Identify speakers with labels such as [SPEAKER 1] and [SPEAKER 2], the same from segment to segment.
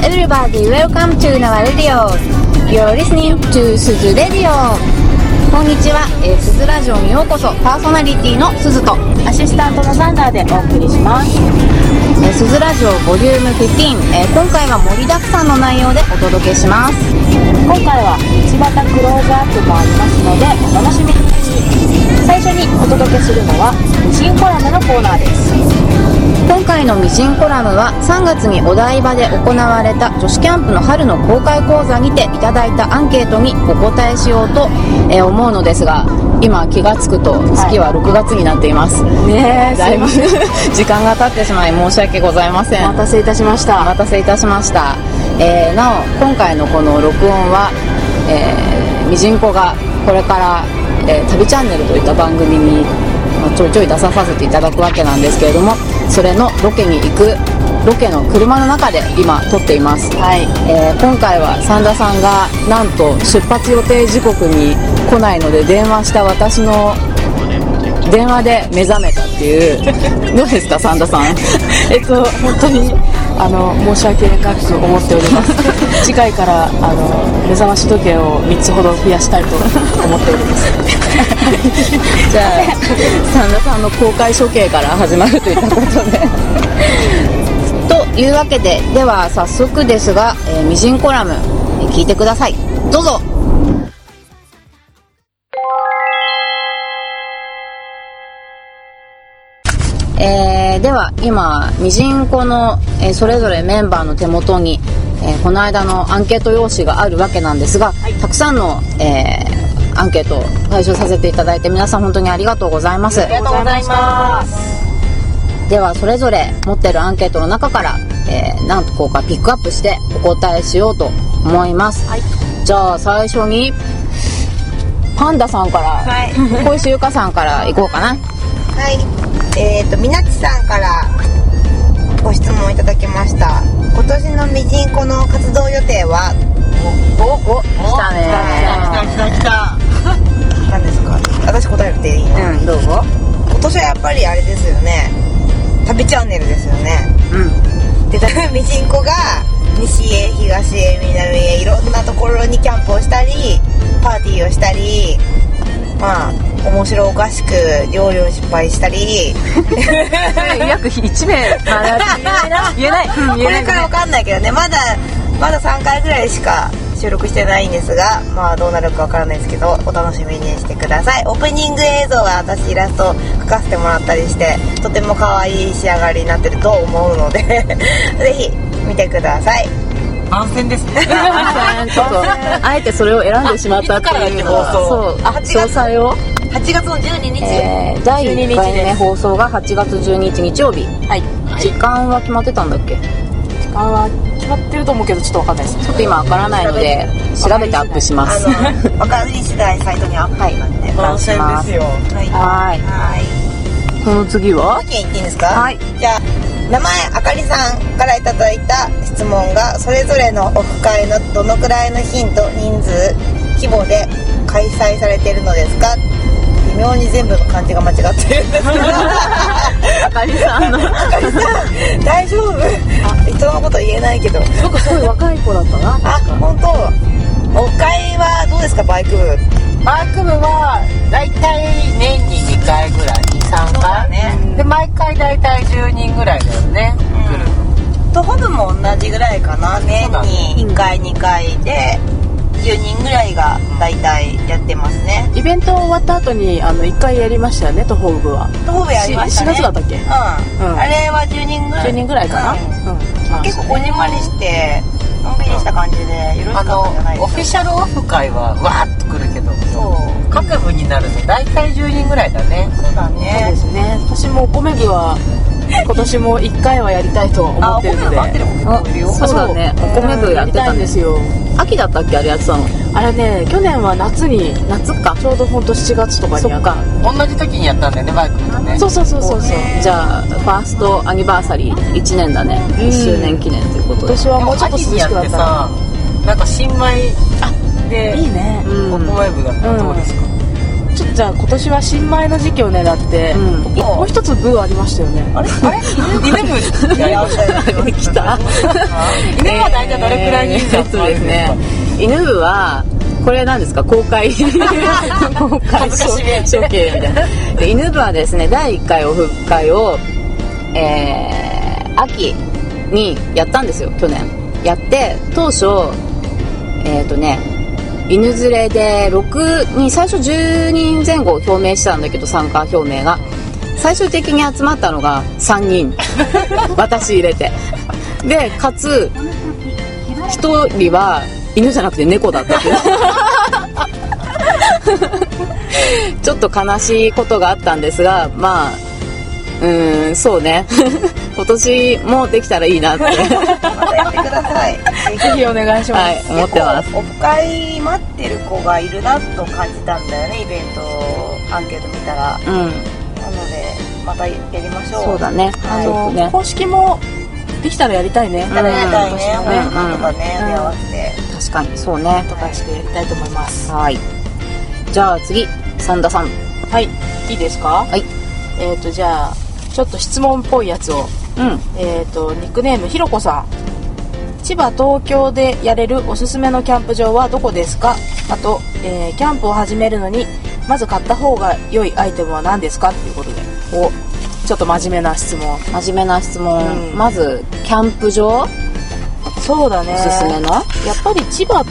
[SPEAKER 1] everybody, welcome to Nawa Radio. You're listening to すずレディオ。こんにちは、えー、すずラジオにようこそ、パーソナリティのすずと、
[SPEAKER 2] アシスタントのサンダーでお送りします。
[SPEAKER 1] えー、すずラジオボリューム15、えー今回は盛りだくさんの内容でお届けします。
[SPEAKER 2] 今回は道端クローズアップもありますので、お楽しみに。最初にお届けするのは、新コラムのコーナーです。
[SPEAKER 1] 今回の「ミシンコラム」は3月にお台場で行われた女子キャンプの春の公開講座にていただいたアンケートにお答えしようとえー思うのですが今気が付くと月は6月になっています、
[SPEAKER 2] ね
[SPEAKER 1] だいぶ 時間が経ってしまい申し訳ございません
[SPEAKER 2] お待たせいたしまし
[SPEAKER 1] お
[SPEAKER 2] た。
[SPEAKER 1] 待たせいたしました、えーなお今回のこの録音は、えー、みじんこがこれから、えー旅チャンネル」といった番組に、まあちょいちょい出ささせていただくわけなんですけれどもそれのロケに行くロケの車の中で今撮っています、
[SPEAKER 2] はい。
[SPEAKER 1] えー今回は三田さんがなんと出発予定時刻に来ないので電話した私の電話で目覚めたっていうどうですか三田さん
[SPEAKER 2] えっと、本当に、あの、申し訳なく思っており ます。次回から、あの、目覚まし時計を3つほど増やしたいと思っております。
[SPEAKER 1] じゃあ三田さんの公開処刑から始まるといったことでというわけででは早速ですが「えー、ミシンコラム」えー聞いてくださいどうぞえーでは今ミジンコの、えーそれぞれメンバーの手元に、えーこの間のアンケート用紙があるわけなんですが、たくさんの、えーアンケートを回収させていただいて皆さん本当にありがとうございます
[SPEAKER 2] ありがとうございます。
[SPEAKER 1] ではそれぞれ持ってるアンケートの中から、えー何個かピックアップしてお答えしようと思います、
[SPEAKER 2] はい
[SPEAKER 1] じゃあ最初にパンダさんから、
[SPEAKER 3] はい
[SPEAKER 1] 小石ゆかさんからいこうかな
[SPEAKER 3] はい、えっ、とみなちさんからご質問いただきました。今年のミジンコの活動予定は
[SPEAKER 1] お来たね
[SPEAKER 3] た来た来た。何ですか？私答えていいの？
[SPEAKER 1] うんどうぞ
[SPEAKER 3] 今年はやっぱりあれですよね。旅チャンネルですよね。
[SPEAKER 1] うん
[SPEAKER 3] で、だからミジンコが西へ東へ南へいろんなところにキャンプをしたり、パーティーをしたり、まあ面白おかしく料理を失敗したり。
[SPEAKER 2] 約1名、言えない。
[SPEAKER 3] これからわかんないけどねまだまだ3回ぐらいしか収録してないんですがまあどうなるかわからないですけどお楽しみにしてくださいオープニング映像は私イラスト描かせてもらったりしてとても可愛い仕上がりになってると思うので ぜひ見てください
[SPEAKER 4] 安全ですね。
[SPEAKER 1] ちょっとあえてそれを選んでしまったっていうのは
[SPEAKER 4] あいつからだっけ放
[SPEAKER 1] そうあ詳細を、
[SPEAKER 3] 8月の12日、
[SPEAKER 1] えー、第1回目放送が8月12日日曜日
[SPEAKER 2] はい。
[SPEAKER 1] 時間は決まってたんだっけ
[SPEAKER 2] 時間は決まってると思うけど、ちょっとわかんないです。
[SPEAKER 1] ちょっと今わからないので調べてアップしま
[SPEAKER 3] あ
[SPEAKER 1] す
[SPEAKER 3] の分かり次第サイトにアップなんで、
[SPEAKER 1] 願いしま
[SPEAKER 4] 安
[SPEAKER 1] す
[SPEAKER 4] 全ですよ。
[SPEAKER 3] はい
[SPEAKER 1] はい
[SPEAKER 3] はい
[SPEAKER 1] この次は
[SPEAKER 3] 本件言っていいんですか
[SPEAKER 1] はい
[SPEAKER 3] じゃあ名前あかりさんからいただいた質問がそれぞれのオフ会のどのくらいの頻度人数規模で開催されているのですか微妙に全部の漢字が間違ってるんですけど
[SPEAKER 1] あかりさんの
[SPEAKER 3] あかりさん大丈夫人のこと言えないけど
[SPEAKER 1] なんかすごい若い子だったな
[SPEAKER 3] あ本当オフ会はどうですかバイク部
[SPEAKER 4] マーク部は、だいたい年に2回ぐらい、2、3回。で、毎回だいたい10人ぐらいだよね。
[SPEAKER 3] 徒歩部も同じぐらいかな年に1回2回で10人ぐらいが大体やってますね
[SPEAKER 2] イベント終わった後に、あの、1回やりましたよね、徒歩部は。
[SPEAKER 3] 徒歩部やりましたね
[SPEAKER 2] し4月だったっけ
[SPEAKER 3] うん、
[SPEAKER 2] うん
[SPEAKER 3] あれは10人ぐらい
[SPEAKER 2] 10人ぐらいかな。うん。
[SPEAKER 3] 結構こじんまりしてのんびりした感じでよろしか
[SPEAKER 4] あ
[SPEAKER 3] った
[SPEAKER 4] の
[SPEAKER 3] んじゃない、で
[SPEAKER 4] オ
[SPEAKER 3] す
[SPEAKER 4] フ
[SPEAKER 3] か
[SPEAKER 4] ィシャルオフ会は、わーっと来るけど、
[SPEAKER 3] そう
[SPEAKER 4] 各部になるとだいたい10人ぐらいだね。
[SPEAKER 3] そうだ
[SPEAKER 2] そうで
[SPEAKER 3] ね
[SPEAKER 2] すね。私もお米部 は、今年も1回はやりたいと思
[SPEAKER 3] あ
[SPEAKER 2] っ
[SPEAKER 3] お
[SPEAKER 2] て
[SPEAKER 3] 米
[SPEAKER 2] るの
[SPEAKER 3] 部
[SPEAKER 2] で。
[SPEAKER 3] 待ってる
[SPEAKER 1] あそうだねお米部やってた
[SPEAKER 2] うんん
[SPEAKER 1] で
[SPEAKER 2] ですすよ。
[SPEAKER 1] 秋だったっけあれやってたの
[SPEAKER 2] あれね、去年は夏に、
[SPEAKER 1] 夏か
[SPEAKER 2] ちょうどほんと7月とかに
[SPEAKER 1] そ
[SPEAKER 2] や
[SPEAKER 1] っ
[SPEAKER 2] っ
[SPEAKER 1] か
[SPEAKER 2] た。
[SPEAKER 4] 同じ時にやったんだよね、バイク部とね。
[SPEAKER 2] そうそうそうそうそう。
[SPEAKER 1] じゃあファーストアニバーサリー1年だね1周年記念ということ
[SPEAKER 2] 今
[SPEAKER 1] で
[SPEAKER 2] 年は
[SPEAKER 4] で
[SPEAKER 2] も
[SPEAKER 4] も
[SPEAKER 2] うちょっと涼
[SPEAKER 4] 秋に
[SPEAKER 2] し
[SPEAKER 4] や
[SPEAKER 2] くな
[SPEAKER 4] っ
[SPEAKER 2] ってたら。
[SPEAKER 4] さ、なんか新米で、
[SPEAKER 2] いいね。
[SPEAKER 1] うん
[SPEAKER 4] お米部だったらどうですか
[SPEAKER 2] ちょっとじゃあ今年は新米の時期を狙って、
[SPEAKER 5] う
[SPEAKER 2] もう一つブーありましたよねあれ
[SPEAKER 3] あれ
[SPEAKER 2] 稲部
[SPEAKER 3] いやいやおっしゃる通り
[SPEAKER 2] 来た
[SPEAKER 5] 犬は大体どれくらいに
[SPEAKER 1] えーそうですね犬部はこれなんですか公 開公開
[SPEAKER 5] 恥ずかしいやつ
[SPEAKER 1] 処刑みたいなで犬部はですね第1回オフ会を、えー秋にやったんですよ去年やって当初えっ、とね犬連れで6人最初10人前後を表明したんだけど参加表明が最終的に集まったのが3人 私入れてでかつ一人は犬じゃなくて猫だったっていう ちょっと悲しいことがあったんですがまあうーんそうね 今年もできたらいいな って
[SPEAKER 3] またやってください
[SPEAKER 2] ぜひお願いします、
[SPEAKER 1] はい 思ってます
[SPEAKER 3] オフ会待ってる子がいるなと感じたんだよねイベントアンケート見たら
[SPEAKER 1] うん
[SPEAKER 3] なのでまたやりましょう
[SPEAKER 1] そうだね
[SPEAKER 3] はい
[SPEAKER 1] ちょっと
[SPEAKER 2] あの
[SPEAKER 1] ね
[SPEAKER 2] 公式もできたらやりたいね
[SPEAKER 3] いただきたいね
[SPEAKER 2] うん
[SPEAKER 3] 本当とかね
[SPEAKER 2] うん
[SPEAKER 3] 出会わせて
[SPEAKER 1] 確かにそうね
[SPEAKER 2] とかしてやりたいと思います
[SPEAKER 1] はいじゃあ次三田さん
[SPEAKER 2] はいいいですか
[SPEAKER 1] はい
[SPEAKER 2] えっ、とじゃあちょっと質問っぽいやつを
[SPEAKER 1] うん
[SPEAKER 2] えっ、とニックネームひろこさん千葉東京でやれるおすすめのキャンプ場はどこですかあと、えーキャンプを始めるのにまず買った方が良いアイテムは何ですかっていうことで
[SPEAKER 1] お
[SPEAKER 2] ちょっと真面目な質問
[SPEAKER 1] 真面目な質問、
[SPEAKER 2] うん
[SPEAKER 1] まずキャンプ場
[SPEAKER 2] そうだね
[SPEAKER 1] おすすめの、
[SPEAKER 2] やっぱり千葉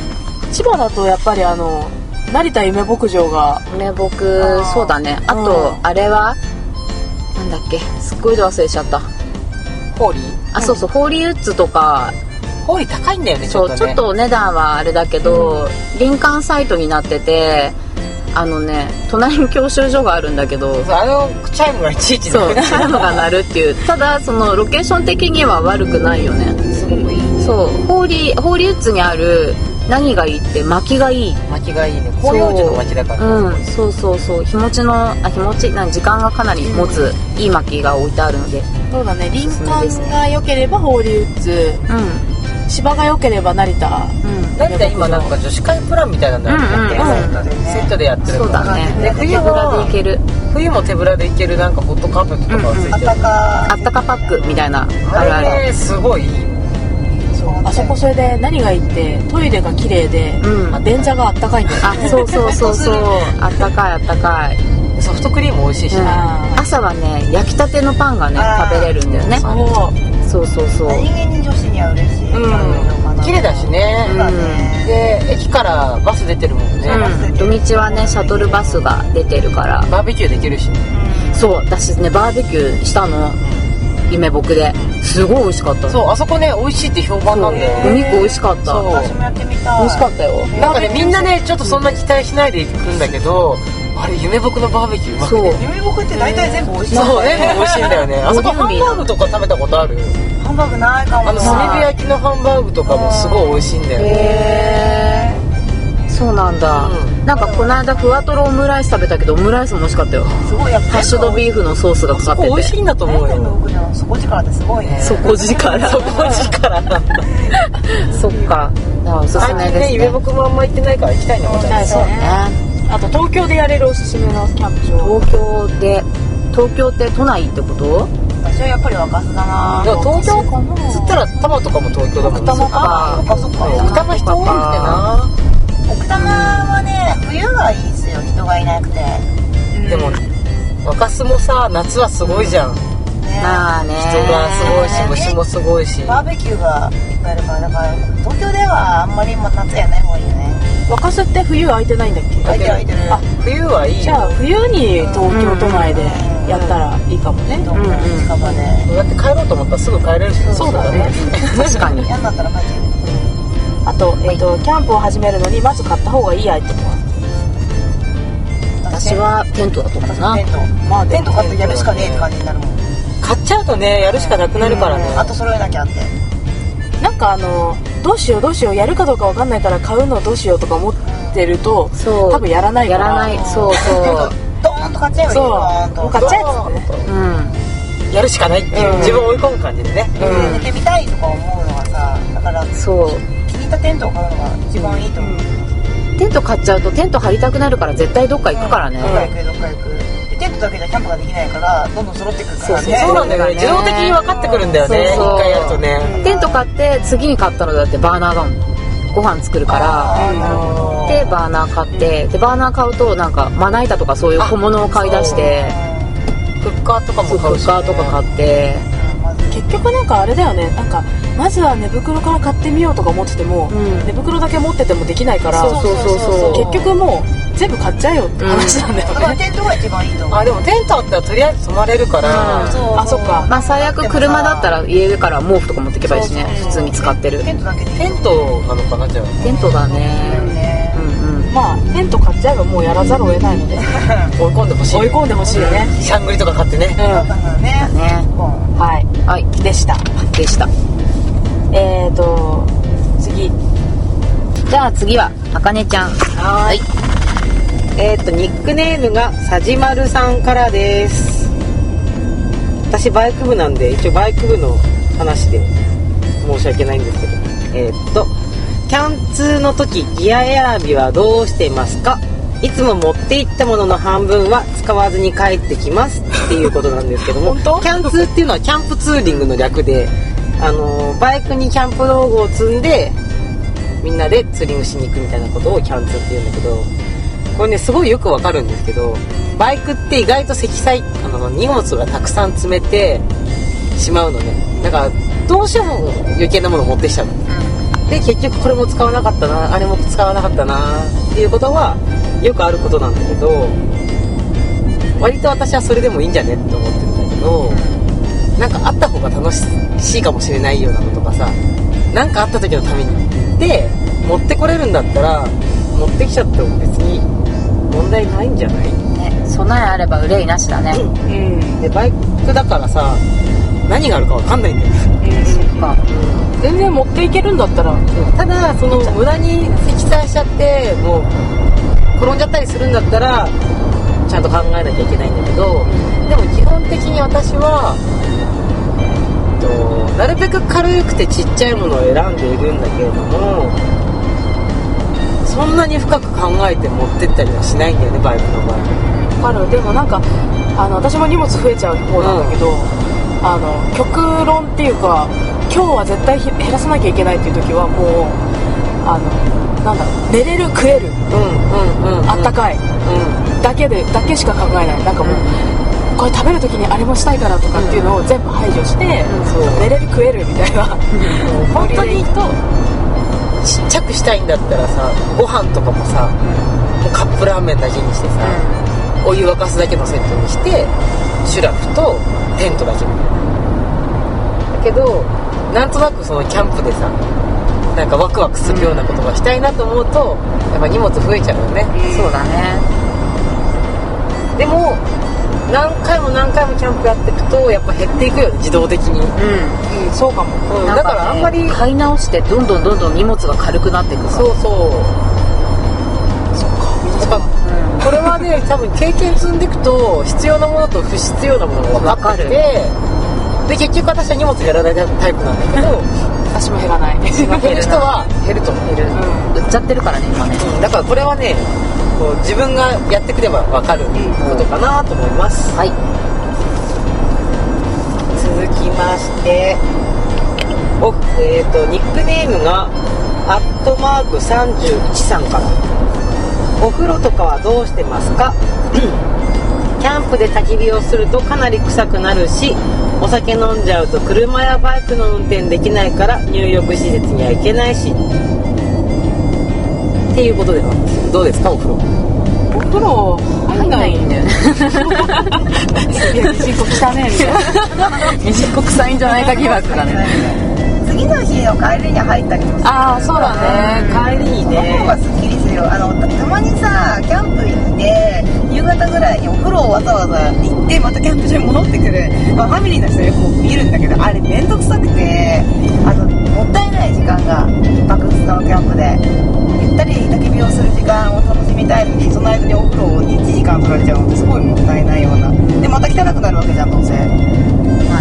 [SPEAKER 2] 千葉だとやっぱりあの成田夢牧場が
[SPEAKER 1] ね僕
[SPEAKER 2] あー
[SPEAKER 1] そうだねあと、
[SPEAKER 2] うん
[SPEAKER 1] あれはなんだっけすっごい度忘れちゃった
[SPEAKER 5] ホーリー
[SPEAKER 1] あそうそうホーリーウッズとか
[SPEAKER 5] ホーリー高いんだよねち
[SPEAKER 1] そ
[SPEAKER 5] ょっ
[SPEAKER 1] う
[SPEAKER 5] と
[SPEAKER 1] ちょ
[SPEAKER 5] ね
[SPEAKER 1] っとお値段はあれだけど、林間サイトになっててあのね隣に教習所があるんだけど
[SPEAKER 5] そうあのチャイムがいちいち
[SPEAKER 1] そう
[SPEAKER 5] ね
[SPEAKER 1] チャイムが鳴るっていうただそのロケーション的には悪くないよね
[SPEAKER 5] すごくいい
[SPEAKER 1] そうホーリーホーリーウッズにある何がいいって薪がいい
[SPEAKER 5] 巻きがいいね広葉樹の巻きだから
[SPEAKER 1] うん、そうそうそう日持ちのあ日持ちなん時間がかなり持つ、いい薪が置いてあるので
[SPEAKER 2] そうだね林
[SPEAKER 1] すめですね
[SPEAKER 2] 間が良ければホーリーウッズ
[SPEAKER 1] う
[SPEAKER 2] 芝が良ければ成田
[SPEAKER 1] んうん
[SPEAKER 5] 成田今なんか女子会プランみたいなのやってて、
[SPEAKER 1] うんうん
[SPEAKER 3] うん
[SPEAKER 5] セットでセットでやってるの
[SPEAKER 1] そうだね
[SPEAKER 5] で
[SPEAKER 1] 手
[SPEAKER 5] 冬
[SPEAKER 1] ぶらで
[SPEAKER 5] も
[SPEAKER 1] 行ける
[SPEAKER 5] 冬も手ぶらで行けるなんかホットカーペットとかがつい
[SPEAKER 3] あ
[SPEAKER 5] てる、
[SPEAKER 3] たか
[SPEAKER 1] あったかパックみたいなある
[SPEAKER 5] あ
[SPEAKER 1] ある
[SPEAKER 5] れすごいいいよ
[SPEAKER 2] あそこそれで何がいいってトイレが綺麗で、
[SPEAKER 1] うん
[SPEAKER 2] まあ、電車があったかいんだよね
[SPEAKER 1] あそうそうそうそうあったかいあったかい
[SPEAKER 5] ソフトクリーム美味しいし、
[SPEAKER 1] うん
[SPEAKER 2] あ
[SPEAKER 1] 朝はね焼きたてのパンがね
[SPEAKER 3] あー
[SPEAKER 1] 食べれるんだよね
[SPEAKER 2] ーそう
[SPEAKER 1] そうそうそう
[SPEAKER 3] 何気に女子には嬉しい
[SPEAKER 5] うん綺麗だしね、
[SPEAKER 3] そうだね
[SPEAKER 5] で駅からバス出てるもんね、
[SPEAKER 1] うん土日はねシャトルバスが出てるから
[SPEAKER 5] バーベキューできるしね
[SPEAKER 1] そう私ねバーベキューしたの夢僕ですごい美味しかった
[SPEAKER 5] そうあそこね美味しいって評判なんだよ
[SPEAKER 1] お
[SPEAKER 5] ね
[SPEAKER 1] 肉美味しかった
[SPEAKER 5] そう
[SPEAKER 3] 私もやってみたい
[SPEAKER 1] 美味しかったよ
[SPEAKER 5] なんかねみんなねちょっとそんな期待しないで行くんだけどあれ夢僕のバーベキューうまく
[SPEAKER 1] そう
[SPEAKER 5] ね
[SPEAKER 3] 夢ぼくって大体全部美味しい
[SPEAKER 5] そうね美味しいんだよねあそこハンバーグとか食べたことある
[SPEAKER 3] ハンバーグないかも
[SPEAKER 5] あの炭火焼きのハンバーグとかもすごい美味しいんだよね
[SPEAKER 1] へえそうなんだ、
[SPEAKER 5] うん
[SPEAKER 1] なんかこの間ふわとろオムライス食べたけどオムライスも美味しかったよハ
[SPEAKER 3] すごいやっぱ
[SPEAKER 1] ッシュドビーフのソースがかか
[SPEAKER 5] そ
[SPEAKER 1] って
[SPEAKER 5] こ
[SPEAKER 1] て
[SPEAKER 5] 美味しいんだと思う
[SPEAKER 3] 全部
[SPEAKER 5] よ
[SPEAKER 3] 僕の底力ってすごいね
[SPEAKER 1] 底力そ
[SPEAKER 5] 底力なんだ
[SPEAKER 1] っかだからおすすめ
[SPEAKER 5] 最
[SPEAKER 1] で
[SPEAKER 5] 近ね
[SPEAKER 1] すね
[SPEAKER 5] 夢僕もあんま行ってないから行きたいのも
[SPEAKER 2] はいそう
[SPEAKER 1] ね
[SPEAKER 2] ねあと東京でやれるおすすめのキャンプ場
[SPEAKER 1] 東京で東京って都内ってこと
[SPEAKER 3] 私はやっぱり若洲だな
[SPEAKER 5] でも東京
[SPEAKER 3] かな
[SPEAKER 5] つったら多摩とかも東京だもんね
[SPEAKER 1] 多摩か
[SPEAKER 3] あそっかそっか
[SPEAKER 5] 奥多摩人多くてな
[SPEAKER 3] 奥多摩はね冬がいいですよ人がいなくて
[SPEAKER 5] でも若洲もさ夏はすごいじゃん人
[SPEAKER 3] ね
[SPEAKER 1] まあね
[SPEAKER 5] がすごいし
[SPEAKER 3] ね
[SPEAKER 5] 虫もすごいし
[SPEAKER 3] バーベキューがいっぱいあるからだから東京ではあんまりもう夏やない方がいいよね
[SPEAKER 2] 若洲って冬空いてないんだっけ
[SPEAKER 3] 空いてる空いてる
[SPEAKER 2] あ
[SPEAKER 5] 冬はいい
[SPEAKER 2] じ
[SPEAKER 5] よ
[SPEAKER 2] ゃあ冬に東京都内でやったらいいかもね、
[SPEAKER 3] どんぐらいの近場で
[SPEAKER 5] だって帰ろうと思ったらすぐ帰れるし
[SPEAKER 3] そうだね
[SPEAKER 1] 確かに
[SPEAKER 3] 嫌になったら帰って
[SPEAKER 2] あと、えっとキャンプを始めるのにまず買った方がいいアイテムは
[SPEAKER 1] 私はテントだと思うな
[SPEAKER 3] テント
[SPEAKER 2] まあ
[SPEAKER 3] テント買ってやるしかねえって感じになるもん
[SPEAKER 5] 買っちゃうとねやるしかなくなるからね
[SPEAKER 3] あと揃えなきゃって
[SPEAKER 2] なんかあのどうしようどうしようやるかどうかわかんないから買うのどうしようとか思ってると
[SPEAKER 1] そう
[SPEAKER 2] 多分やらないか
[SPEAKER 1] や
[SPEAKER 2] ら
[SPEAKER 1] らないそう
[SPEAKER 3] テント
[SPEAKER 1] そ
[SPEAKER 3] ドーンと買っちゃえばいい
[SPEAKER 2] そう
[SPEAKER 3] よドーンと
[SPEAKER 2] もう買っちゃえっつってね
[SPEAKER 1] ううん
[SPEAKER 5] やるしかないっていう
[SPEAKER 2] うん
[SPEAKER 5] 自分を追い込む感じでね
[SPEAKER 3] うん抜けみたいとか思うのがさだから
[SPEAKER 1] そう
[SPEAKER 3] 気に入ったテントを買うのが一番いいと思う、
[SPEAKER 1] テント買っちゃうとテント張りたくなるから絶対どっか行くからね、
[SPEAKER 3] どっか行くどっか行くでテントだけじゃキャンプができないからどんどん揃ってくるからね
[SPEAKER 1] そう
[SPEAKER 4] そうなんだよね自動的に分かってくるんだよね
[SPEAKER 1] そうそう
[SPEAKER 4] 一回やるとね
[SPEAKER 1] テント買って次に買ったのだってバーナーだもんご飯作るから
[SPEAKER 3] あーなるほど
[SPEAKER 1] でバーナー買ってでバーナー買うとなんかまな板とかそういう小物を買い出して
[SPEAKER 4] フッカーとか
[SPEAKER 1] そ
[SPEAKER 4] も
[SPEAKER 1] うク
[SPEAKER 4] 買う
[SPEAKER 1] ッ
[SPEAKER 4] し、
[SPEAKER 1] カーとか買って
[SPEAKER 2] 結局なんかあれだよねなんかまずは寝袋から買ってみようとか思ってても、
[SPEAKER 1] ん
[SPEAKER 2] 寝袋だけ持っててもできないから
[SPEAKER 1] そうそうそうそう
[SPEAKER 2] 結局もう全部買っちゃえよって話なんだよ
[SPEAKER 3] だ
[SPEAKER 2] ね
[SPEAKER 3] か、らテントが一番いいと思う
[SPEAKER 4] あでもテントあったらとりあえず泊まれるから、
[SPEAKER 1] うん
[SPEAKER 3] そう
[SPEAKER 2] あそっか
[SPEAKER 1] まあ最悪車だったら家から毛布とか持ってけばいいしね
[SPEAKER 3] そうそうそう
[SPEAKER 1] 普通に使ってる
[SPEAKER 3] テントだけでいい
[SPEAKER 4] テントなのかなじゃあ
[SPEAKER 1] テントだね
[SPEAKER 3] ね
[SPEAKER 1] うんうん
[SPEAKER 2] まあテント買っちゃえばもうやらざるを得ないので
[SPEAKER 4] 追い込んでほしい
[SPEAKER 2] 追い込んでほしいよね
[SPEAKER 4] シャングリとか買ってね
[SPEAKER 2] うん
[SPEAKER 3] だからね
[SPEAKER 1] ね
[SPEAKER 3] ボン
[SPEAKER 2] はい
[SPEAKER 1] はい
[SPEAKER 2] でした
[SPEAKER 1] でした
[SPEAKER 2] えーと次
[SPEAKER 1] じゃあ次はあかねちゃん
[SPEAKER 5] はーい。えーっと、ニックネームがさじまるさんからです。私、バイク部なんで、一応バイク部の話で申し訳ないんですけど。えーっと、キャンツーの時、ギア選びはどうしていますかいつも持って行ったものの半分は使わずに帰ってきますっていうことなんですけどもキャンツーっていうのはキャンプツーリングの略で、あのーバイクにキャンプ道具を積んでみんなでツーリングしに行くみたいなことをキャンツーって言うんだけどこれねすごいよくわかるんですけどバイクって意外と積載あの荷物がたくさん詰めてしまうのねだからどうしても余計なもの持ってきちゃうの、で結局これも使わなかったなあれも使わなかったなっていうことはよくあることなんだけど割と私はそれでもいいんじゃねって思ってるんだけどなんかあった方が楽しいかもしれないようなのとかさなんかあった時のためにで持ってこれるんだったら持ってきちゃっても別に問題ないんじゃない
[SPEAKER 1] 備えあれば憂いなしだね
[SPEAKER 2] うん
[SPEAKER 5] でバイクだからさ何があるかわかんないんだよ
[SPEAKER 1] か
[SPEAKER 2] 全然持っていけるんだったら
[SPEAKER 5] ただその無駄に積載しちゃってもう転んじゃったりするんだったらちゃんと考えなきゃいけないんだけどでも基本的に私は、えっと、なるべく軽くてちっちゃいものを選んでいるんだけれどもそんなに深く考えて持ってったりはしないんだよねバイクの場合。
[SPEAKER 2] わかるでもなんかあの私も荷物増えちゃう方なんだけど、あの極論っていうか今日は絶対ひ減らさなきゃいけないっていう時はもうあのなんだろう寝れる食える
[SPEAKER 5] うんうんうん
[SPEAKER 2] あったかい、だけでだけしか考えないなんかもう、これ食べる時にあれもしたいからとかっていうのを全部排除して、
[SPEAKER 5] そう
[SPEAKER 2] 寝れる食えるみたいな
[SPEAKER 5] 本当にとちっちゃくしたいんだったらさご飯とかもさ、もうカップラーメンだけにしてさ、お湯沸かすだけのセットにしてシュラフとテントだけみたいなだけどなんとなくそのキャンプでさなんかワクワクするようなことがしたいなと思うと、やっぱ荷物増えちゃうよね、
[SPEAKER 1] そうだね
[SPEAKER 5] でも何回も何回もキャンプやっていくとやっぱ減っていくよね自動的に、
[SPEAKER 1] う
[SPEAKER 2] うんそうかも
[SPEAKER 5] うんんだからあんまり
[SPEAKER 1] 買い直してどんどんどんどん荷物が軽くなっていく
[SPEAKER 5] そうそうそっかこれはね多分経験積んでいくと必要なものと不必要なものが分かってきてで結局私は荷物減らないタイプなんだけど
[SPEAKER 2] 私も減らない
[SPEAKER 5] 減る人は減ると思う、
[SPEAKER 1] うん売っちゃってるからね今ね
[SPEAKER 5] うんだからこれはねこう自分がやってくれば分かることかなと思います、
[SPEAKER 1] はい
[SPEAKER 5] 続きましてお、えー、とニックネームがアットマーク31さんからお風呂とかはどうしてますか キャンプで焚き火をするとかなり臭くなるしお酒飲んじゃうと車やバイクの運転できないから入浴施設には行けないしっていうことでなんですけどどうですかお風呂
[SPEAKER 2] お風呂入んないんだよねいや人工汚ねえみたいな
[SPEAKER 1] 短く臭いんじゃないか疑惑だね
[SPEAKER 3] 次の日の帰りに入ったりもする
[SPEAKER 2] ああそうだね
[SPEAKER 5] 帰りに
[SPEAKER 3] その方がすっきりするよあのたたまにさキャンプ行って夕方ぐらいにお風呂をわざわざ行ってまたキャンプ場に戻ってくる、まあ、ファミリーの人よく見るんだけどあれ面倒くさくてあのもったいない時間が一泊二日のキャンプでゆったり焚き火をする時間を楽しみたいのにその間にお風呂に1時間取られちゃうのってすごいもったいないようなでまた汚くなるわけじゃんどうせ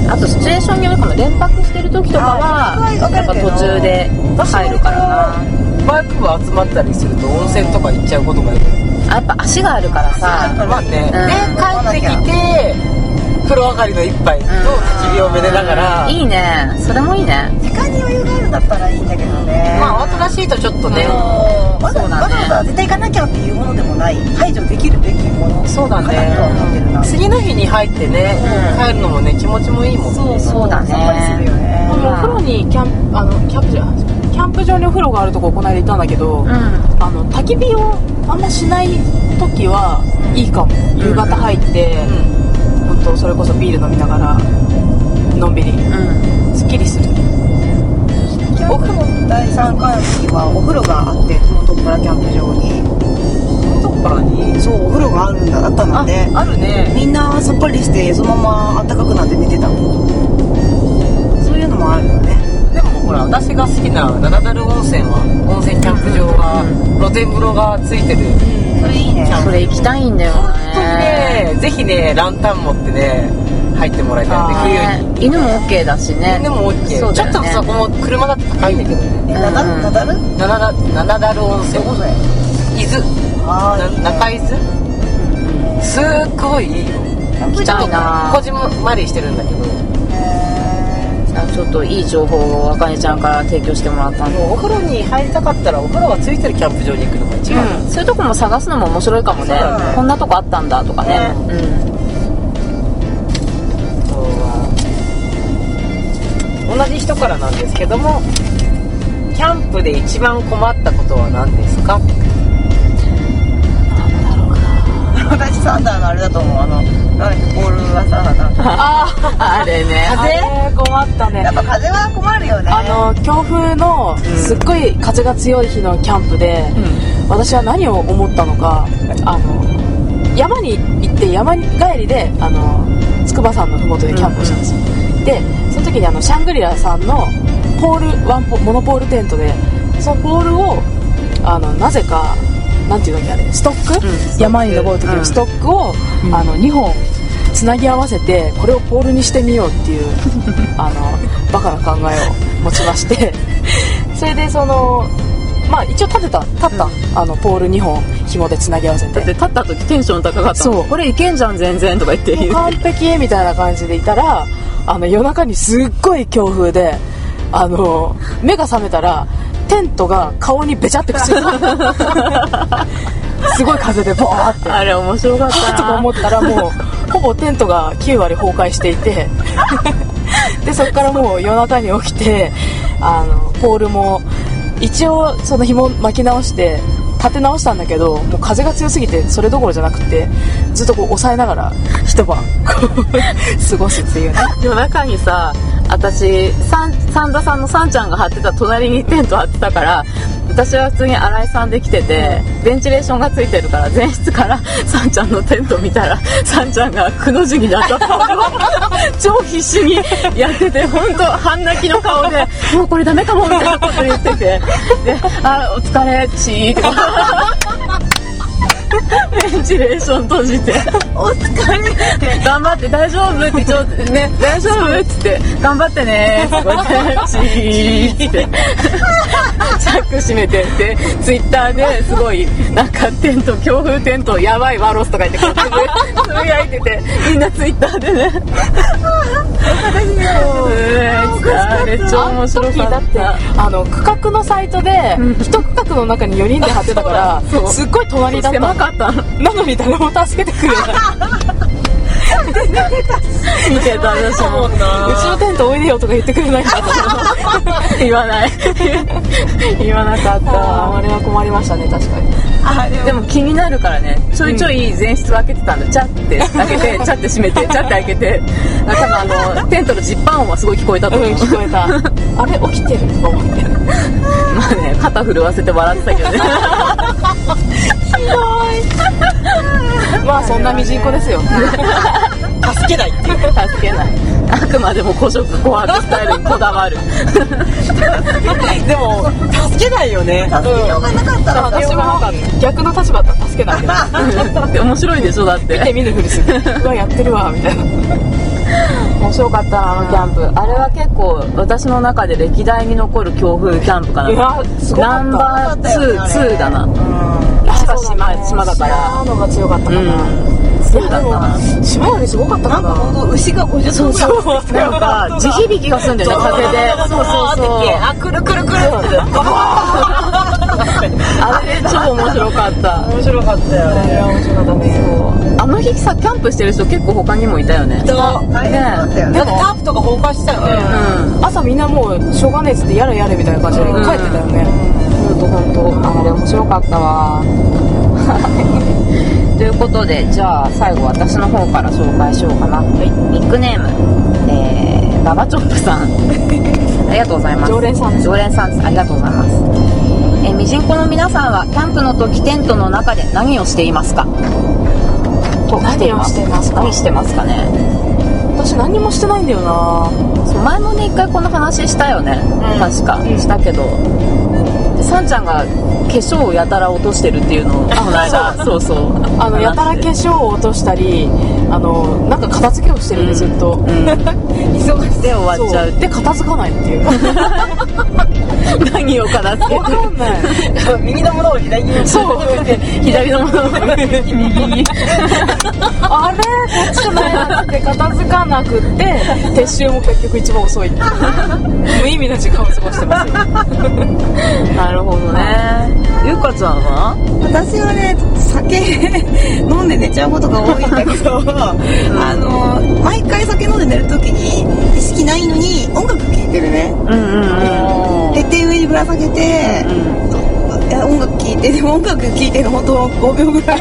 [SPEAKER 1] あとシチュエーションによるかも連泊してる時とかは
[SPEAKER 3] あー連泊は分か
[SPEAKER 1] やっ
[SPEAKER 3] るけ
[SPEAKER 1] ぱ
[SPEAKER 3] ど
[SPEAKER 1] 途中で入るからな
[SPEAKER 5] バイク部集まったりすると温泉とか行っちゃうことがよく
[SPEAKER 1] あやっぱ足があるからさ
[SPEAKER 5] まあね、
[SPEAKER 1] うん
[SPEAKER 5] で帰ってきて風呂上がりの一杯と唇をめでながら、
[SPEAKER 1] いいねそれもいいね
[SPEAKER 3] 時間に余裕があるんだったらいいんだけどね
[SPEAKER 5] まあ慌ただしいとちょっとね、
[SPEAKER 3] あわざ
[SPEAKER 1] そう
[SPEAKER 3] わ
[SPEAKER 1] だ
[SPEAKER 3] ざわ
[SPEAKER 1] ね
[SPEAKER 3] ざわざ絶対行かなきゃっていうものでもない排除できるべきもの
[SPEAKER 5] そうだ
[SPEAKER 3] かな
[SPEAKER 5] ね
[SPEAKER 3] とは思ってるな
[SPEAKER 5] 次の日に入ってね、
[SPEAKER 3] うん
[SPEAKER 5] 帰るのもね気持ちもいいもんね
[SPEAKER 3] そう
[SPEAKER 1] そうだね
[SPEAKER 3] さっぱりするよね
[SPEAKER 2] お風呂にキャンあのキャンプじゃキャンプ場にお風呂があるとここの間行ったんだけど、
[SPEAKER 1] うん
[SPEAKER 2] あの焚き火をあんましない時はいいかも夕方入って、本当それこそビール飲みながらのんびり
[SPEAKER 1] うん
[SPEAKER 2] すっきりする
[SPEAKER 3] 僕の第3回はお風呂があって熊本からキャンプ場に
[SPEAKER 5] どっからに
[SPEAKER 3] そうお風呂があるんだあったので
[SPEAKER 5] あるね
[SPEAKER 3] みんなさっぱりしてそのまま暖かくなって寝てたもんそういうのもあるよね
[SPEAKER 5] でもほら私が好きな七樽温泉は温泉キャンプ場が露天風呂がついてる
[SPEAKER 3] それいいね
[SPEAKER 1] それ行きたいんだよね
[SPEAKER 5] 本当にねぜひねランタン持ってね入ってもらいたいんで冬に
[SPEAKER 1] ね犬も OK だしね
[SPEAKER 5] でも OK、
[SPEAKER 1] そう
[SPEAKER 5] ち
[SPEAKER 1] だよ
[SPEAKER 5] ょっ
[SPEAKER 1] ね
[SPEAKER 5] とそこも車だと高いんだけどね
[SPEAKER 3] えなだ
[SPEAKER 1] うん
[SPEAKER 3] なだる
[SPEAKER 5] 七だ七だる温泉
[SPEAKER 3] どこだよ
[SPEAKER 5] 伊豆
[SPEAKER 3] あ
[SPEAKER 5] な
[SPEAKER 3] あいいね
[SPEAKER 5] 中伊豆すっごいいいよ
[SPEAKER 1] 行き
[SPEAKER 5] ちょったと
[SPEAKER 1] いな
[SPEAKER 5] こじんまりしてるんだけど
[SPEAKER 1] あちょっといい情報をあかねちゃんから提供してもらったんで、
[SPEAKER 5] もうお風呂に入りたかったらお風呂がついてるキャンプ場に行くのが一番だ、
[SPEAKER 1] そういうとこも探すのも面白いかもね
[SPEAKER 5] そうだね
[SPEAKER 1] こんなとこあったんだとかね
[SPEAKER 5] あとは同じ人からなんですけどもキャンプで一番困ったことは何ですか
[SPEAKER 3] 私サンダーのあれだと思うあのなんだっけボールはさなんか
[SPEAKER 1] うんあれね
[SPEAKER 2] あれ困ったね
[SPEAKER 3] やっぱ風は困るよね
[SPEAKER 2] あの強風のすっごい風が強い日のキャンプで、私は何を思ったのかあの山に行って山帰りであの筑波山の麓でキャンプをしたんですよ、でその時にあのシャングリラさんのポールワンポモノポールテントでそのポールをあのなぜかなんていうんだっけあれストック、山に登る時のストックを、あの2本つなぎ合わせてこれをポールにしてみようっていうあのバカな考えを持ちまして それでそのまあ一応立てた立った、あのポール2本紐でつなぎ合わせ
[SPEAKER 1] だって
[SPEAKER 2] て
[SPEAKER 1] 立った時テンション高かったもん
[SPEAKER 2] そう
[SPEAKER 1] これいけんじゃん全然とか言って
[SPEAKER 2] もう完璧みたいな感じでいたらあの夜中にすっごい強風であの目が覚めたらテントが顔にべちゃってくっつ いたすごい風でボーって
[SPEAKER 1] あれ面白かっ
[SPEAKER 2] あ
[SPEAKER 1] た
[SPEAKER 2] ーとか思ったらもうほぼテントが9割崩壊していてでそこからもう夜中に起きてあのポールも一応その紐巻き直して立て直したんだけどもう風が強すぎてそれどころじゃなくてずっとこう抑えながら一晩こう過ごすって いうね
[SPEAKER 1] 夜中にさ私さん三田さんのさんちゃんが張ってた隣にテント張ってたから私は普通に新井さんで来てて、ベンチレーションがついてるから前室から さんちゃんのテント見たらさんちゃんがくの字にな ったところを超必死にやってて本当半泣きの顔で「 もうこれダメかも」みたいなこと言っててで「あお疲れちー」 ってベンチレーション閉じて。
[SPEAKER 3] お疲れって
[SPEAKER 1] 頑張って大丈夫ってちょっとね大丈夫っつって頑張ってねーってチーってチャック閉めてってツイッターですごいなんかテント強風テントやばいワロスとか言ってこうつぶやいててみんなツイッターでねあれ超面白か
[SPEAKER 2] あの
[SPEAKER 1] っ
[SPEAKER 2] 時だ
[SPEAKER 1] た
[SPEAKER 2] ってあの区画のサイトで一区画の中に4人で貼ってたか
[SPEAKER 1] そうだそう
[SPEAKER 2] らすっごい隣だったの
[SPEAKER 1] 狭かったの
[SPEAKER 2] なのに誰も助けてくれない
[SPEAKER 1] 見てた私も
[SPEAKER 2] うちのテントおいでよとか言ってくれないんだ
[SPEAKER 1] 言わ ない言わなかった
[SPEAKER 2] ああれは困りましたね確かに
[SPEAKER 3] あでも
[SPEAKER 1] でも気になるからねちょいちょい前室を開けてたんだチャって開け てチャって閉めてチャって開けて多分あのテントのジッパー音はすごい聞こえたと思う、
[SPEAKER 2] うん聞こえ たあれ起きてるとか思って
[SPEAKER 1] まあね肩震わせて笑ってたけどね
[SPEAKER 2] まあそんなみじんこ ですよ
[SPEAKER 5] 助けないっていう
[SPEAKER 1] 助けないあくまでも古色琥珀スタイルにこだわる
[SPEAKER 5] でも助けないよね
[SPEAKER 3] 助けようがなかったら
[SPEAKER 2] 私もなんか逆の立場だったら助けないけ ど
[SPEAKER 1] 面白いでしょだって
[SPEAKER 2] 見て見ぬふりするうわやってるわみたいな面白かったなあのキャンプ、
[SPEAKER 1] あれは結構私の中で歴代に残る強風キャンプか
[SPEAKER 2] い
[SPEAKER 1] な
[SPEAKER 2] やすごか
[SPEAKER 1] ナ
[SPEAKER 2] った
[SPEAKER 1] ンバー
[SPEAKER 3] そうだったよねあれ
[SPEAKER 1] 2だな
[SPEAKER 2] うん
[SPEAKER 1] しかし島
[SPEAKER 2] そうね
[SPEAKER 1] 島だから
[SPEAKER 2] 島のが強かったか
[SPEAKER 1] う
[SPEAKER 2] な、
[SPEAKER 1] ん
[SPEAKER 2] い
[SPEAKER 1] そう
[SPEAKER 2] や
[SPEAKER 1] だった
[SPEAKER 2] で
[SPEAKER 1] な
[SPEAKER 2] も島よりすごかったかななんか本当牛が50頭ぐらいそうそう
[SPEAKER 1] なんか地響きがするんだよね風でそうそうそうあくるくるくるってあれ超面白かった
[SPEAKER 5] 面白かったよね
[SPEAKER 2] 面白かったね
[SPEAKER 1] あの日さキャンプしてる人結構他にもいたよね
[SPEAKER 3] 大変だったよね
[SPEAKER 6] なんかタープとか崩壊してたよね、
[SPEAKER 1] うん
[SPEAKER 2] 朝みんなもうしょうがねえっつってやれやれみたいな感じで帰ってたよねほんとほんとあれ面白かったわ
[SPEAKER 1] ということでじゃあ最後私の方から紹介しようかな、ニックネーム、えー、ババチョップさ んありがとうございます
[SPEAKER 2] 常連さんです
[SPEAKER 1] 常連さんですありがとうございますえーミジンコの皆さんはキャンプの時テントの中で何をしていますかと
[SPEAKER 2] 何をしてますか
[SPEAKER 1] 何してますかね
[SPEAKER 2] 私何もしてないんだよな
[SPEAKER 1] そう前もね一回この話したよね、確か、したけどでさんちゃんが化粧をやたら落としてるっていうのをこの間そうそう
[SPEAKER 2] あ
[SPEAKER 1] 話
[SPEAKER 2] の
[SPEAKER 1] して
[SPEAKER 2] やたら化粧を落としたりあのなんか片付けをしてるね、ずっと、
[SPEAKER 1] うん、忙しで終わっちゃう
[SPEAKER 2] そうで片付かないっていうわ
[SPEAKER 1] 何を片付けて
[SPEAKER 2] かんない
[SPEAKER 5] 右のものを左に
[SPEAKER 2] そう
[SPEAKER 1] 左のものを右に
[SPEAKER 2] あれこっちじゃないなって片付かなくって撤収も結局一番遅いっていう無意味な時間を過ごしてますよ
[SPEAKER 1] なるほどねゆうかちゃんは
[SPEAKER 3] 私はね酒 飲んで寝ち ゃうことが多いんだけどあの毎回酒飲んで寝るときに意識ないのに音楽聴いてるね
[SPEAKER 1] うんうん
[SPEAKER 3] で手上にぶら下げて、いや音楽聴いてでも音楽聴いてる本当5秒ぐらい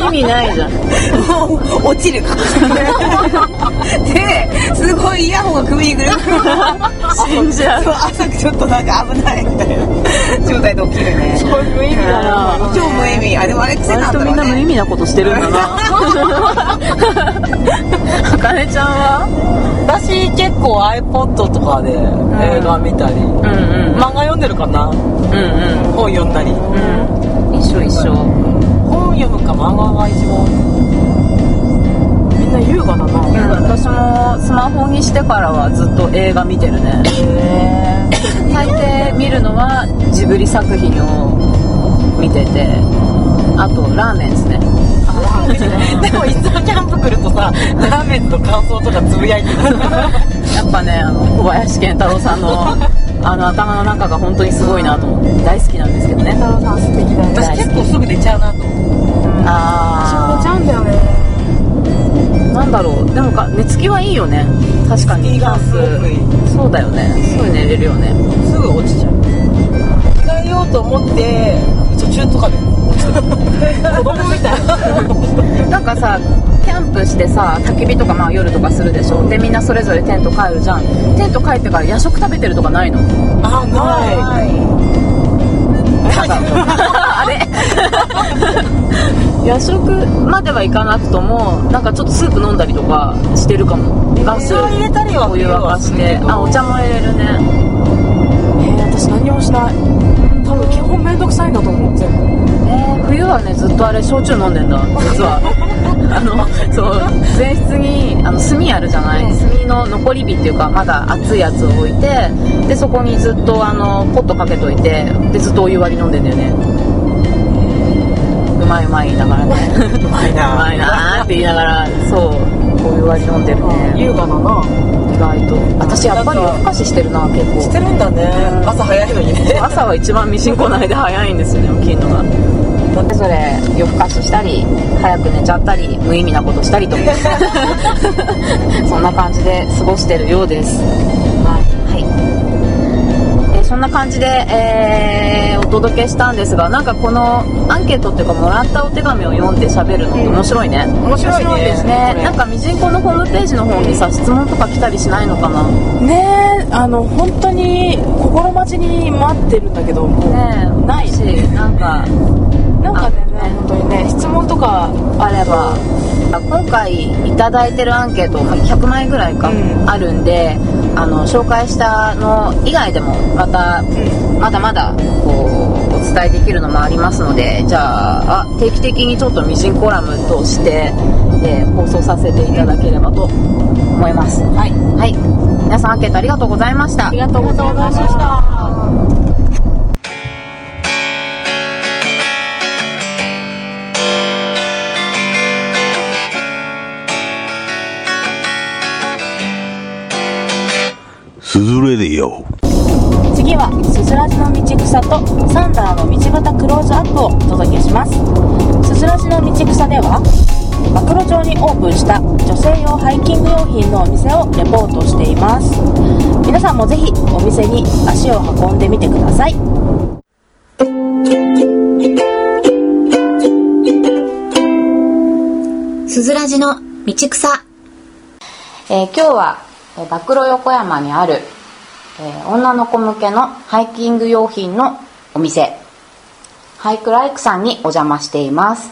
[SPEAKER 1] うん意味ないじゃん
[SPEAKER 3] もう 落ちるですごいイヤホンが首にぐるぐる
[SPEAKER 1] 死んじゃう
[SPEAKER 3] そう朝ちょっとなんか危ないみた いな状態で起きるね
[SPEAKER 1] 無意味だな
[SPEAKER 3] 超無意味あでもあれ癖
[SPEAKER 1] 割
[SPEAKER 3] なん
[SPEAKER 1] と
[SPEAKER 3] だ
[SPEAKER 1] みん
[SPEAKER 3] ろう
[SPEAKER 1] な無意
[SPEAKER 3] ね
[SPEAKER 1] 味なことしてるんだ なあかねちゃんは
[SPEAKER 5] 私結構 iPod とかで映画見たり、
[SPEAKER 1] うんうん
[SPEAKER 5] 漫画読んでるかな
[SPEAKER 1] うん
[SPEAKER 5] 本読んだり
[SPEAKER 1] うんうん一緒一緒
[SPEAKER 5] 本読むか漫画が一番多い
[SPEAKER 2] みんな優雅だな
[SPEAKER 1] うん私もスマホにしてからはずっと映画見てるね大抵見るのはジブリ作品を見ててあとラーメンですね
[SPEAKER 5] でもいつもキャンプ来るとさラーメンの感想とかつぶやいてる
[SPEAKER 1] やっぱねあの小林健太郎さんのあの頭の中が本当にすごいなと思って大好きなんですけどね
[SPEAKER 2] 太郎さん素敵だよ
[SPEAKER 1] 大好き
[SPEAKER 5] 構すぐ出ちゃうなと思う
[SPEAKER 1] あ
[SPEAKER 2] ちゃうんだよね
[SPEAKER 1] あなんだろうでもか寝つきはいいよね確かに
[SPEAKER 5] 気がすごくいい
[SPEAKER 1] そうだよねすぐ寝れるよね
[SPEAKER 5] すぐ落ちちゃう着替えようと思って途中とかで 落ちてる子供みたいな
[SPEAKER 1] なんかさキャンプしてさ焚き火とかまあ夜とかするでしょでみんなそれぞれテント帰るじゃんテント帰ってから夜食食べてるとかないの
[SPEAKER 5] あない
[SPEAKER 1] あれ夜食まではいかなくともなんかちょっとスープ飲んだりとかしてるかもガス
[SPEAKER 5] 水を入れたりは
[SPEAKER 1] お湯沸かしてあお茶も入れるね
[SPEAKER 2] えー、私何もしない多分基本めんどくさいんだと思う全部
[SPEAKER 1] えー冬はねずっとあれ焼酎飲んでんだ実はあのそう前室にあの炭あるじゃない炭の残り火っていうかまだ熱いやつを置いてでそこにずっとあのポットかけといてでずっとお湯割り飲んでんだよねうまいうまいだからね
[SPEAKER 5] うまいう
[SPEAKER 1] まいなーって言いながらそうお湯割り飲んでるね
[SPEAKER 2] 優雅だな
[SPEAKER 1] 意外と私やっぱり夜更かししてるな結構
[SPEAKER 5] してるんだね朝早いのにね
[SPEAKER 1] 朝は一番ミシンコの間早いんですよね起きるのがそれぞれ夜更かししたり早く寝ちゃったり無意味なことした りとそんな感じで過ごしてるようですはい、はいえーそんな感じで、えーお届けしたんですがなんかこのアンケートっていうかもらったお手紙を読んで喋るのって面白いね、
[SPEAKER 5] 面白いね
[SPEAKER 1] ですねなんかミジンコのホームページの方にさ質問とか来たりしないのかな
[SPEAKER 2] ねえあの本当に心待ちに待ってるんだけどもう
[SPEAKER 1] ねえ
[SPEAKER 2] ない
[SPEAKER 1] しなんか
[SPEAKER 2] なんかね本当にね質問とか
[SPEAKER 1] あれば今回いただいてるアンケートまあ100枚ぐらいか、
[SPEAKER 2] うん
[SPEAKER 1] あるんであの紹介したの以外でもまた、まだまだこうお伝えできるのもありますのでじゃああ定期的にちょっとミジンコラムとして
[SPEAKER 7] えー放送させていただければと思いますはい、はい、皆さんアンケートありがとうございました
[SPEAKER 2] ありがとうございました。
[SPEAKER 8] すずれでよ。
[SPEAKER 2] 次はすずらじの道草とサンダーの道端クローズアップをお届けしますすずらじの道草ではマクロ町にオープンした女性用ハイキング用品のお店をレポートしています皆さんもぜひお店に足を運んでみてください
[SPEAKER 9] すずらじの道草
[SPEAKER 1] えー今日はえー曝露横山にある、えー女の子向けのハイキング用品のお店ハイクライクさんにお邪魔しています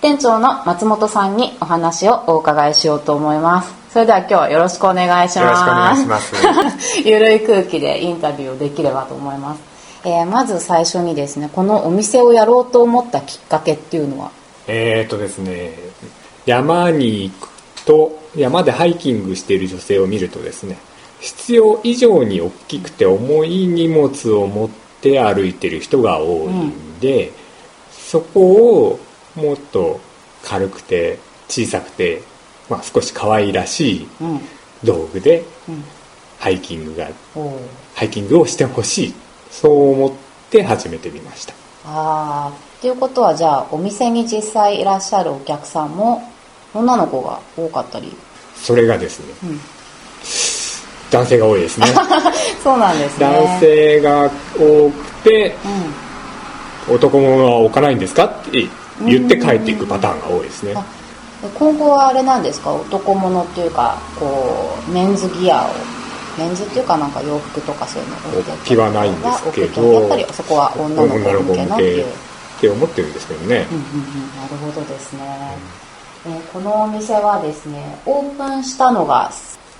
[SPEAKER 1] 店長の松本さんにお話をお伺いしようと思いますそれでは今日はよろしくお願いします
[SPEAKER 10] よろしくお願いします
[SPEAKER 1] ゆるい空気でインタビューできればと思います、えーまず最初にですねこのお店をやろうと思ったきっかけっていうのは
[SPEAKER 10] えー、とですね山に行くと山でハイキングしている女性を見るとですね必要以上に大きくて重い荷物を持って歩いてる人が多いんで、そこをもっと軽くて小さくて、まあ、少し可愛らしい
[SPEAKER 1] うん
[SPEAKER 10] 道具で
[SPEAKER 1] ん
[SPEAKER 10] ハイキングが
[SPEAKER 1] おー
[SPEAKER 10] ハイキングをしてほしいそう思って始めてみました
[SPEAKER 1] ああということはじゃあお店に実際いらっしゃるお客さんも女の子が多かったり
[SPEAKER 10] それがですね、
[SPEAKER 1] ん
[SPEAKER 10] 男性が多いですね
[SPEAKER 1] そうなんですね
[SPEAKER 10] 男性が多くて男物は置かないんですかって言って帰っていくパターンが多いですね
[SPEAKER 1] あうん、今後はあれなんですか男物っていうかこうメンズギアをメンズっていうかなんか洋服とかそういうの置いて
[SPEAKER 10] 置きはないんですけど
[SPEAKER 1] やっぱりそこは女の子向けのっていう、
[SPEAKER 10] って思ってるんですけどね
[SPEAKER 1] うんうんうん、なるほどですね、えーこのお店はですねオープンしたのが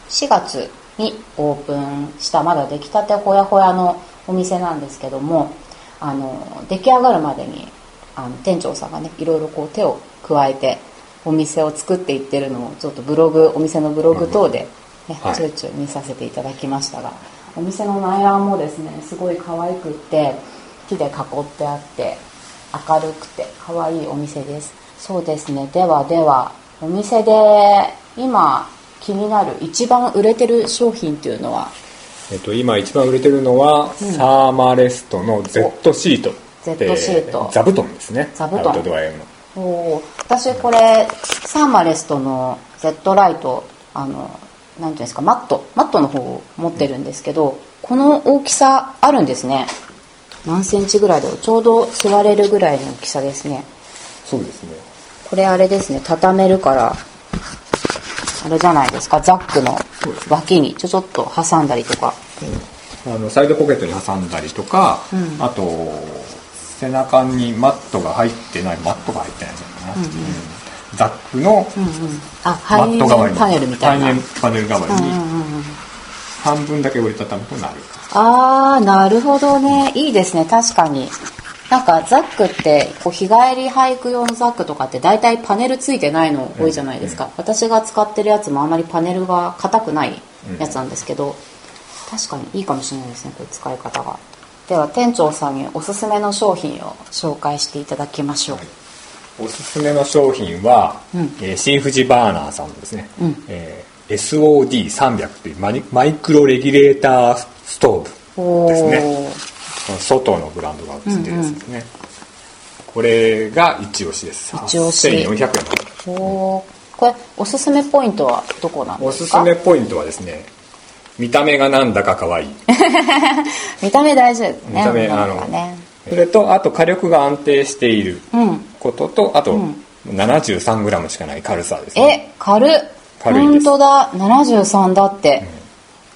[SPEAKER 1] 4月にオープンしたまだ出来たてほやほやのお店なんですけどもあの出来上がるまでにあの店長さんがねいろいろこう手を加えてお店を作っていってるのをちょっとブログお店のブログ等で、ね
[SPEAKER 10] はい
[SPEAKER 1] ちょいちょい見させていただきましたがお店の内覧もですねすごい可愛くって木で囲ってあって明るくて可愛いお店ですそうですねではではお店で今気になる一番売れてる商品っていうのは
[SPEAKER 10] えっと、今一番売れてるのは、サーマレストの Z シート
[SPEAKER 1] Z シート
[SPEAKER 10] 座布団ですね
[SPEAKER 1] 座布団
[SPEAKER 10] アウトドア用の
[SPEAKER 1] おー私これサーマレストの Z ライトあのなんていうんですかマットマットの方を持ってるんですけど、この大きさあるんですね何センチぐらいだろうちょうど座れるぐらいの大きさですね
[SPEAKER 10] そうですね
[SPEAKER 1] これあれですね畳めるからあれじゃないですかザックの脇にちょちょっと挟んだりとか
[SPEAKER 10] あのサイドポケットに挟んだりとか、あと背中にマットが入ってないマットが入ってないんじゃないかな、うんザックの
[SPEAKER 1] あ
[SPEAKER 10] マ
[SPEAKER 1] ハイ
[SPEAKER 10] ッ
[SPEAKER 1] エ
[SPEAKER 10] ト代わり
[SPEAKER 1] ン
[SPEAKER 10] に
[SPEAKER 1] パネルみたい
[SPEAKER 10] ハイ
[SPEAKER 1] な
[SPEAKER 10] エンパネル代わりに半分だけ折りたたむとなる
[SPEAKER 1] ああなるほどねいいですね確かになんかザックってこう日帰り俳句用のザックとかって大体パネルついてないの多いじゃないですか、私が使ってるやつもあんまりパネルが硬くないやつなんですけど、確かにいいかもしれないですねこれ使い方がでは店長さんにおすすめの商品を紹介していただきましょう、
[SPEAKER 10] おすすめの商品は、えー新富士バーナーさんのですね、えー SOD300 というマニマイクロレギュレーターストーブですねこの外のブランドがついてるやつですね、これが一押しです
[SPEAKER 1] 一押し
[SPEAKER 10] 8400円だ
[SPEAKER 1] おおーこれおすすめポイントはどこなん
[SPEAKER 10] お
[SPEAKER 1] ですす
[SPEAKER 10] す
[SPEAKER 1] か
[SPEAKER 10] めポイントはですね見た目がなんだか可愛い
[SPEAKER 1] 見た目大事ですね
[SPEAKER 10] 見た目
[SPEAKER 1] な
[SPEAKER 10] あ
[SPEAKER 1] んか
[SPEAKER 10] の、
[SPEAKER 1] ね
[SPEAKER 10] それとあと火力が安定していることと、あと 73g しかない軽さですね
[SPEAKER 1] え軽っ
[SPEAKER 10] 軽いです
[SPEAKER 1] 本当だ73だって、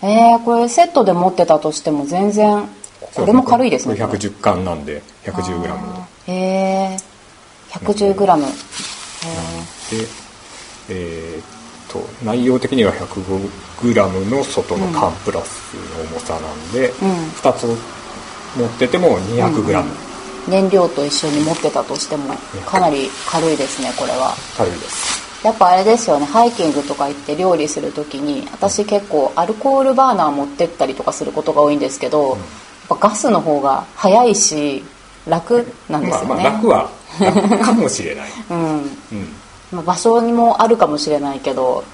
[SPEAKER 1] えー、これセットで持ってたとしても全然これも軽いですね
[SPEAKER 10] これ110巻なんで 110g の
[SPEAKER 1] えー、110g
[SPEAKER 10] でえーっと内容的には 105g の外の缶プラスの重さなんで、2つ持ってても 200g
[SPEAKER 1] 燃料と一緒に持ってたとしてもかなり軽いですねこれは
[SPEAKER 10] 軽いです、
[SPEAKER 1] やっぱあれですよねハイキングとか行って料理する時に私結構アルコールバーナー持ってったりとかすることが多いんですけど、やっぱガスの方が早いし楽なんで
[SPEAKER 10] ますあ
[SPEAKER 1] よ
[SPEAKER 10] まあ
[SPEAKER 1] ね、
[SPEAKER 10] 楽は楽かもしれない、
[SPEAKER 1] うん
[SPEAKER 10] うん、
[SPEAKER 1] まあ場所にもあるかもしれないけど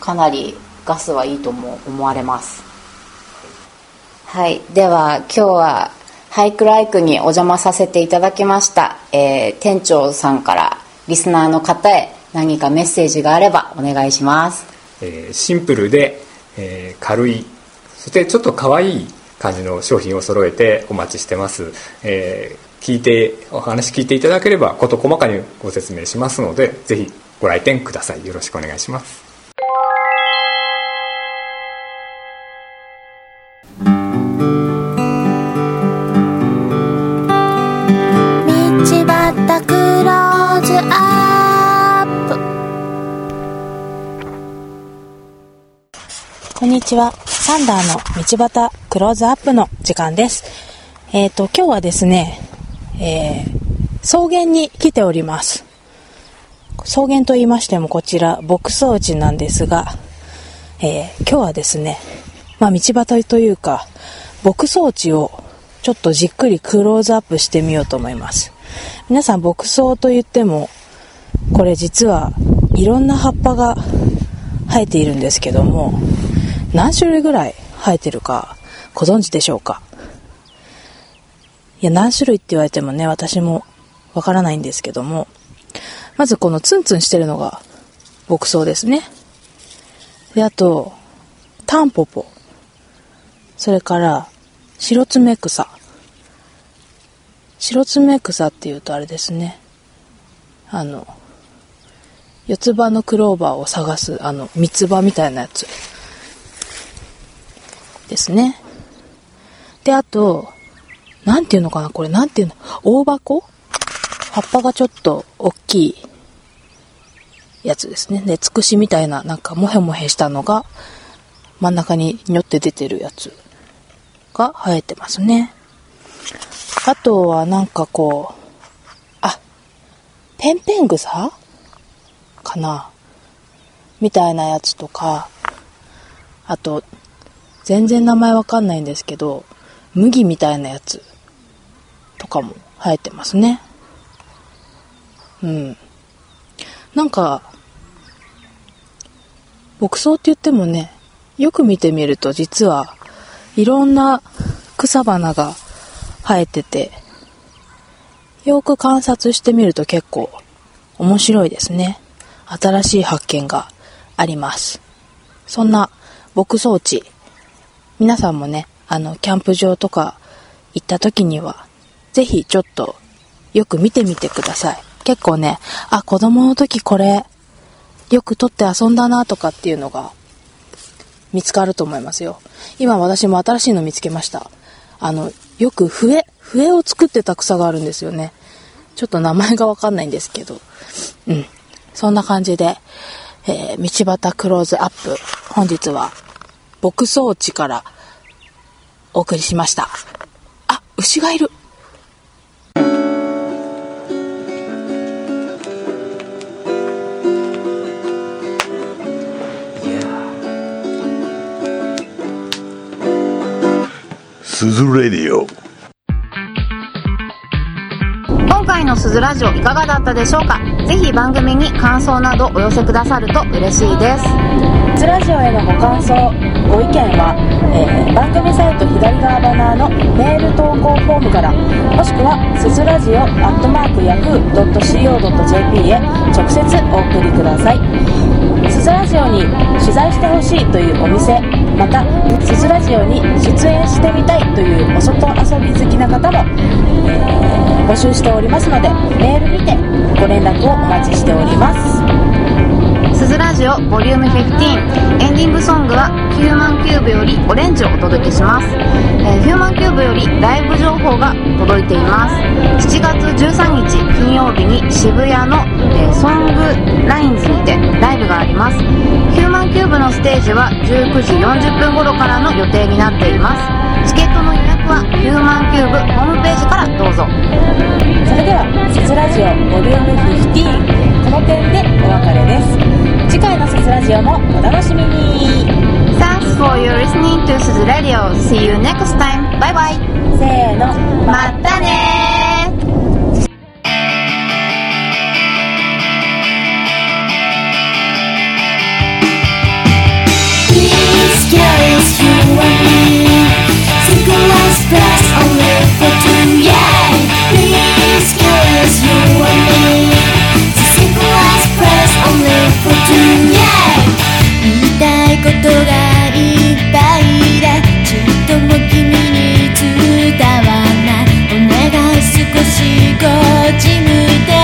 [SPEAKER 1] かなりガスはいいとも思われますはいでは今日はハイクライクにお邪魔させていただきました、えー店長さんからリスナーの方へ何かメッセージがあればお願いします
[SPEAKER 10] えーシンプルで、えー軽いそしてちょっと可愛い感じの商品を揃えてお待ちしてます、えー聞いてお話聞いていただければ事細かにご説明しますのでぜひご来店くださいよろしくお願いします
[SPEAKER 11] 道端クローズアップ
[SPEAKER 2] こんにちは。サンダーの道端クローズアップの時間です。えっ、と、今日はですね、えー草原に来ております。草原と言いましてもこちら牧草地なんですが、えー今日はですね、まあ道端というか、牧草地をちょっとじっくりクローズアップしてみようと思います。皆さん牧草と言っても、これ実はいろんな葉っぱが生えているんですけども、何種類ぐらい生えてるかご存知でしょうかいや、何種類って言われてもね、私もわからないんですけども、まずこのツンツンしてるのが牧草ですね。で、あと、タンポポ。それから、白爪草。白爪草っていうとあれですね。あの、四つ葉のクローバーを探す、あの、三つ葉みたいなやつですね。で、あと、なんていうのかなこれ、なんていうの大箱葉っぱがちょっと大きいやつですね。で、つくしみたいな、なんか、もへもへしたのが、真ん中ににょって出てるやつが生えてますね。あとは、なんかこう、あ、ペンペン草かなみたいなやつとか、あと、全然名前わかんないんですけど、麦みたいなやつとかも生えてますね。うん。なんか、牧草って言ってもね、よく見てみると実はいろんな草花が生えてて、よく観察してみると結構面白いですね。新しい発見があります。そんな牧草地、皆さんもね、あの、キャンプ場とか行った時には、ぜひちょっとよく見てみてください。結構ね、あ、子供の時これ、よく取って遊んだなとかっていうのが見つかると思いますよ。今私も新しいの見つけました。あの、よく笛、笛を作ってた草があるんですよね。ちょっと名前がわかんないんですけど。うん。そんな感じで、えー道端クローズアップ。本日は、牧草地からお送りしました。あ、牛がいる。
[SPEAKER 8] すずレディオ
[SPEAKER 1] 今回のすずラジオいかがだったでしょうかぜひ番組に感想などお寄せくださると嬉しいです
[SPEAKER 2] ズラジオへのご感想ご意見は、えー番組サイト左側バナーのメール投稿フォームからもしくはすずラジオアットマークヤフー .co.jp へ直接お送りくださいすずラジオに取材してほしいというお店またすずラジオに出演してみたいというお外遊び好きな方も、えー募集しておりますのでメールにてご連絡をお待ちしております
[SPEAKER 1] すずラジオボリューム15エンディングソングはヒューマンキューブよりオレンジをお届けします、えーヒューマンキューブよりライブ情報が届いています7月13日金曜日に渋谷の、えーソングラインズにてライブがありますヒューマンキューブのステージは19時40分頃からの予定になっていますチケットの予約はヒューマンキューブホームページからどうぞ
[SPEAKER 2] それでは、せずラジオボリューム15、この点でお別れです次回のすずラジオもお楽しみに
[SPEAKER 11] Thanks for your listening to Suzu Radio. See you next time. Bye bye.
[SPEAKER 2] せーの
[SPEAKER 11] またねー。
[SPEAKER 12] Please carry us through and me Single last breath I live for two Yeah Please carry us through and me Single last breath I live for two Yeah 言いたいことがいっぱいだちっとも君に伝わんないお願い少しこっち向いて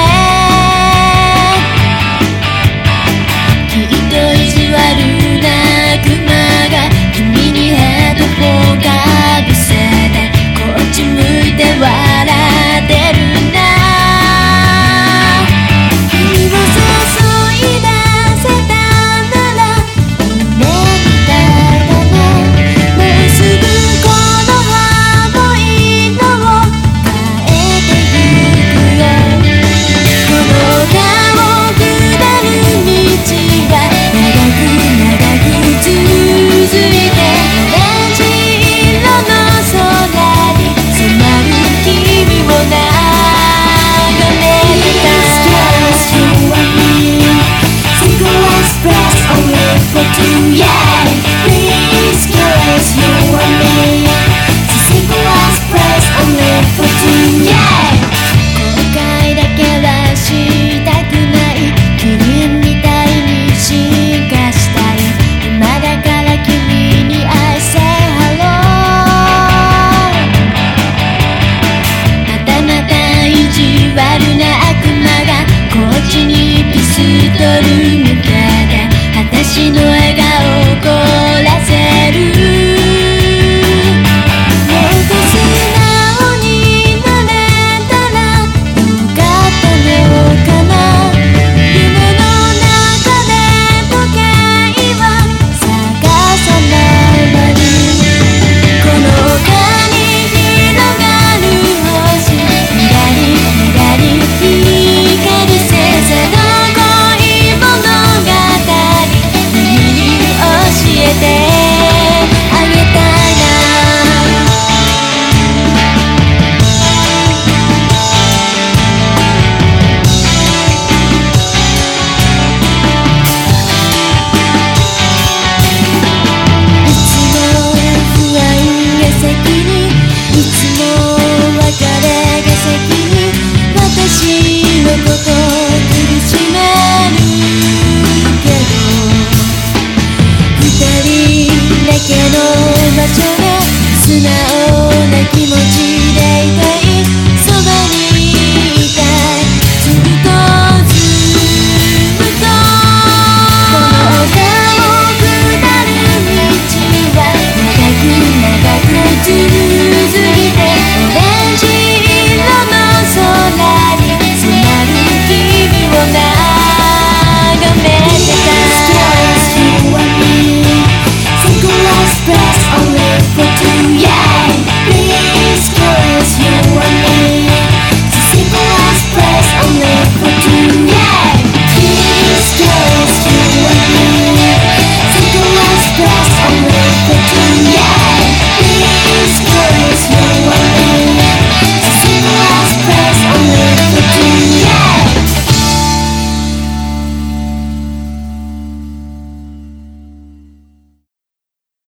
[SPEAKER 12] きっと意地悪なクマが君にヘッドホンかぶせてこっち向いて笑ってるんだ君を誘い出せたなら夢みたいだねもうすぐこの葉の色を変えてゆくよこの丘を下る道は長く長く長く長い続いてオレンジ色の空に染まる君を眺めた Single last breath only for two yeah Please caress you and me Single last breath only for two yeah 後悔だけはしたくない君みたいに進化したい今だから君に愛せハローまたまた意地悪な悪魔がこっちにピストル向けて私の頭